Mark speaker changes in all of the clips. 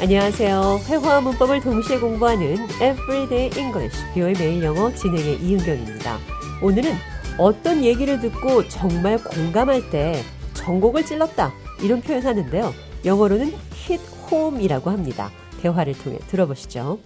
Speaker 1: 안녕하세요. 회화와 문법을 동시에 공부하는 Everyday English, 뷰의 매일 영어 진행의 이은경입니다. 오늘은 어떤 얘기를 듣고 정말 공감할 때 전곡을 찔렀다 이런 표현하는데요. 영어로는 hit home이라고 합니다. 대화를 통해 들어보시죠.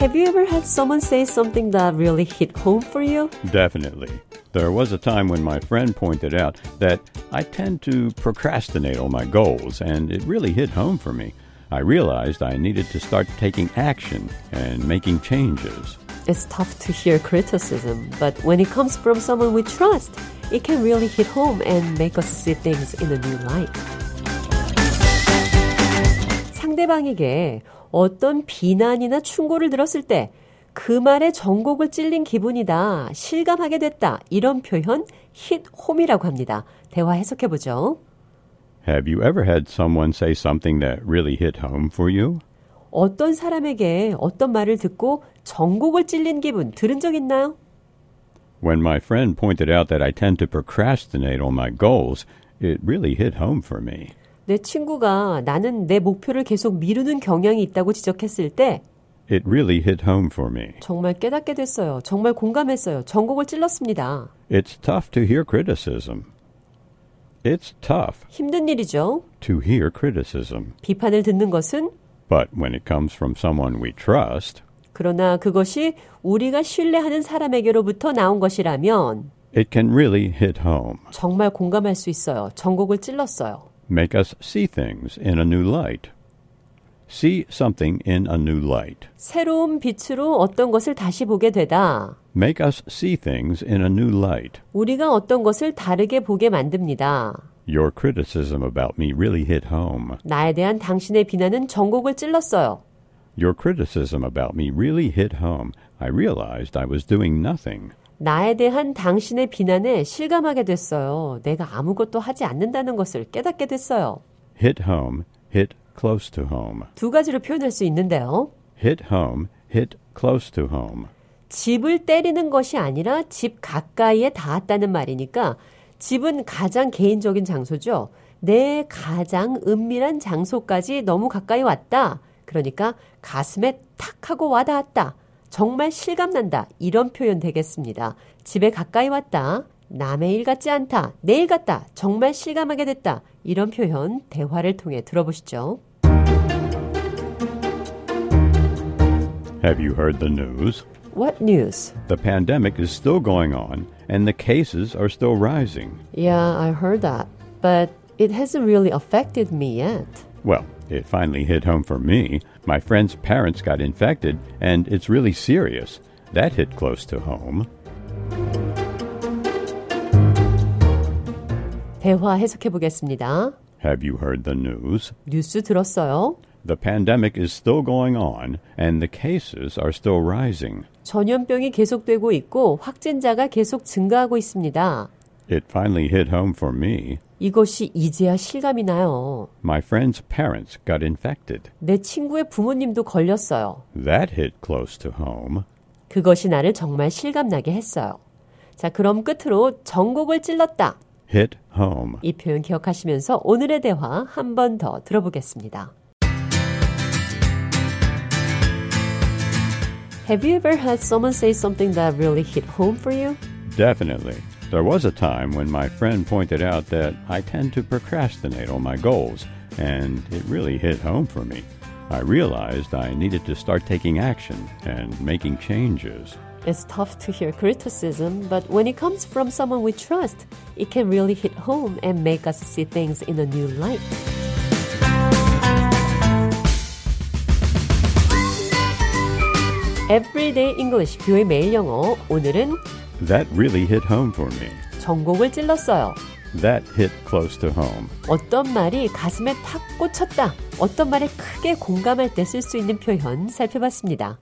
Speaker 1: Have you ever had someone say something that really hit home for you?
Speaker 2: Definitely. There was a time when my friend pointed out that I tend to procrastinate on my goals, and it really hit home for me. I realized I needed to start taking action and making changes.
Speaker 1: It's tough to hear criticism, but when it comes from someone we trust, it can really hit home and make us see things in a new light. 상대방에게 어떤 비난이나 충고를 들었을 때 그 말에 전곡을 찔린 기분이다, 실감하게 됐다 이런 표현 힛홈이라고 합니다. 대화 해석해 보죠.
Speaker 2: Have you ever had someone say something that really hit home for you?
Speaker 1: 어떤 사람에게 어떤 말을 듣고 전곡을 찔린 기분 들은 적 있나요?
Speaker 2: When my friend pointed out that I tend to procrastinate on my goals, it really hit home for me.
Speaker 1: 내 친구가 나는 내 목표를 계속 미루는 경향이 있다고 지적했을 때
Speaker 2: It really hit home for me.
Speaker 1: 정말 깨닫게 됐어요. 정말 공감했어요. 전곡을 찔렀습니다.
Speaker 2: It's tough to hear criticism. It's tough
Speaker 1: 힘든 일이죠.
Speaker 2: to hear criticism.
Speaker 1: 비판을 듣는 것은
Speaker 2: But when it comes from someone we trust,
Speaker 1: 그러나 그것이 우리가 신뢰하는 사람에게로부터 나온 것이라면
Speaker 2: it can really hit home,
Speaker 1: 정말 공감할 수 있어요. 전곡을 찔렀어요.
Speaker 2: make us see things in a new light. See something in a new light.
Speaker 1: 새로운 빛으로 어떤 것을 다시 보게 되다.
Speaker 2: Make us see things in a new light.
Speaker 1: 우리가 어떤 것을 다르게 보게 만듭니다.
Speaker 2: Your criticism about me really hit home.
Speaker 1: 나에 대한 당신의 비난은 전곡을 찔렀어요.
Speaker 2: Your criticism about me really hit home. I realized I was doing nothing.
Speaker 1: 나에 대한 당신의 비난에 실감하게 됐어요. 내가 아무것도 하지 않는다는 것을 깨닫게 됐어요.
Speaker 2: Hit home, hit close to home.
Speaker 1: 두 가지로 표현할 수 있는데요.
Speaker 2: Hit home, hit close to home.
Speaker 1: 집을 때리는 것이 아니라 집 가까이에 닿았다는 말이니까 집은 가장 개인적인 장소죠. 내 가장 은밀한 장소까지 너무 가까이 왔다. 그러니까 가슴에 탁 하고 와닿았다. 정말 실감난다. 이런 표현 되겠습니다. 집에 가까이 왔다. 남의 일 같지 않다. 내 일 같다. 정말 실감하게 됐다. 이런 표현 대화를 통해 들어보시죠.
Speaker 2: Have you heard the news?
Speaker 1: What news?
Speaker 2: The pandemic is still going on, and the cases are still rising.
Speaker 1: Yeah, I heard that. But it hasn't really affected me yet.
Speaker 2: Well, it finally hit home for me. My friend's parents got infected, and it's really serious. That hit close to home.
Speaker 1: 대화 해석해 보겠습니다.
Speaker 2: Have you heard the news?
Speaker 1: 뉴스 들었어요?
Speaker 2: The pandemic is still going on, and the cases are still rising.
Speaker 1: 전염병이 계속되고 있고 확진자가 계속 증가하고 있습니다.
Speaker 2: It finally hit home for me.
Speaker 1: 이것이 이제야 실감이 나요.
Speaker 2: My friend's parents got infected.
Speaker 1: 내 친구의 부모님도 걸렸어요.
Speaker 2: That hit close to home.
Speaker 1: 그것이 나를 정말 실감나게 했어요. 자, 그럼 끝으로 전곡을 찔렀다.
Speaker 2: Hit home.
Speaker 1: 이 표현 기억하시면서 오늘의 대화 한 번 더 들어보겠습니다. Have you ever had someone say something that really hit home for you?
Speaker 2: Definitely. There was a time when my friend pointed out that I tend to procrastinate on my goals, and it really hit home for me. I realized I needed to start taking action and making changes.
Speaker 1: It's tough to hear criticism, but when it comes from someone we trust, it can really hit home and make us see things in a new light. Everyday English 뷰의 매일 영어 오늘은
Speaker 2: That really hit home for me.
Speaker 1: 전곡을 찔렀어요.
Speaker 2: That hit close to home.
Speaker 1: 어떤 말이 가슴에 탁 꽂혔다. 어떤 말에 크게 공감할 때 쓸 수 있는 표현 살펴봤습니다.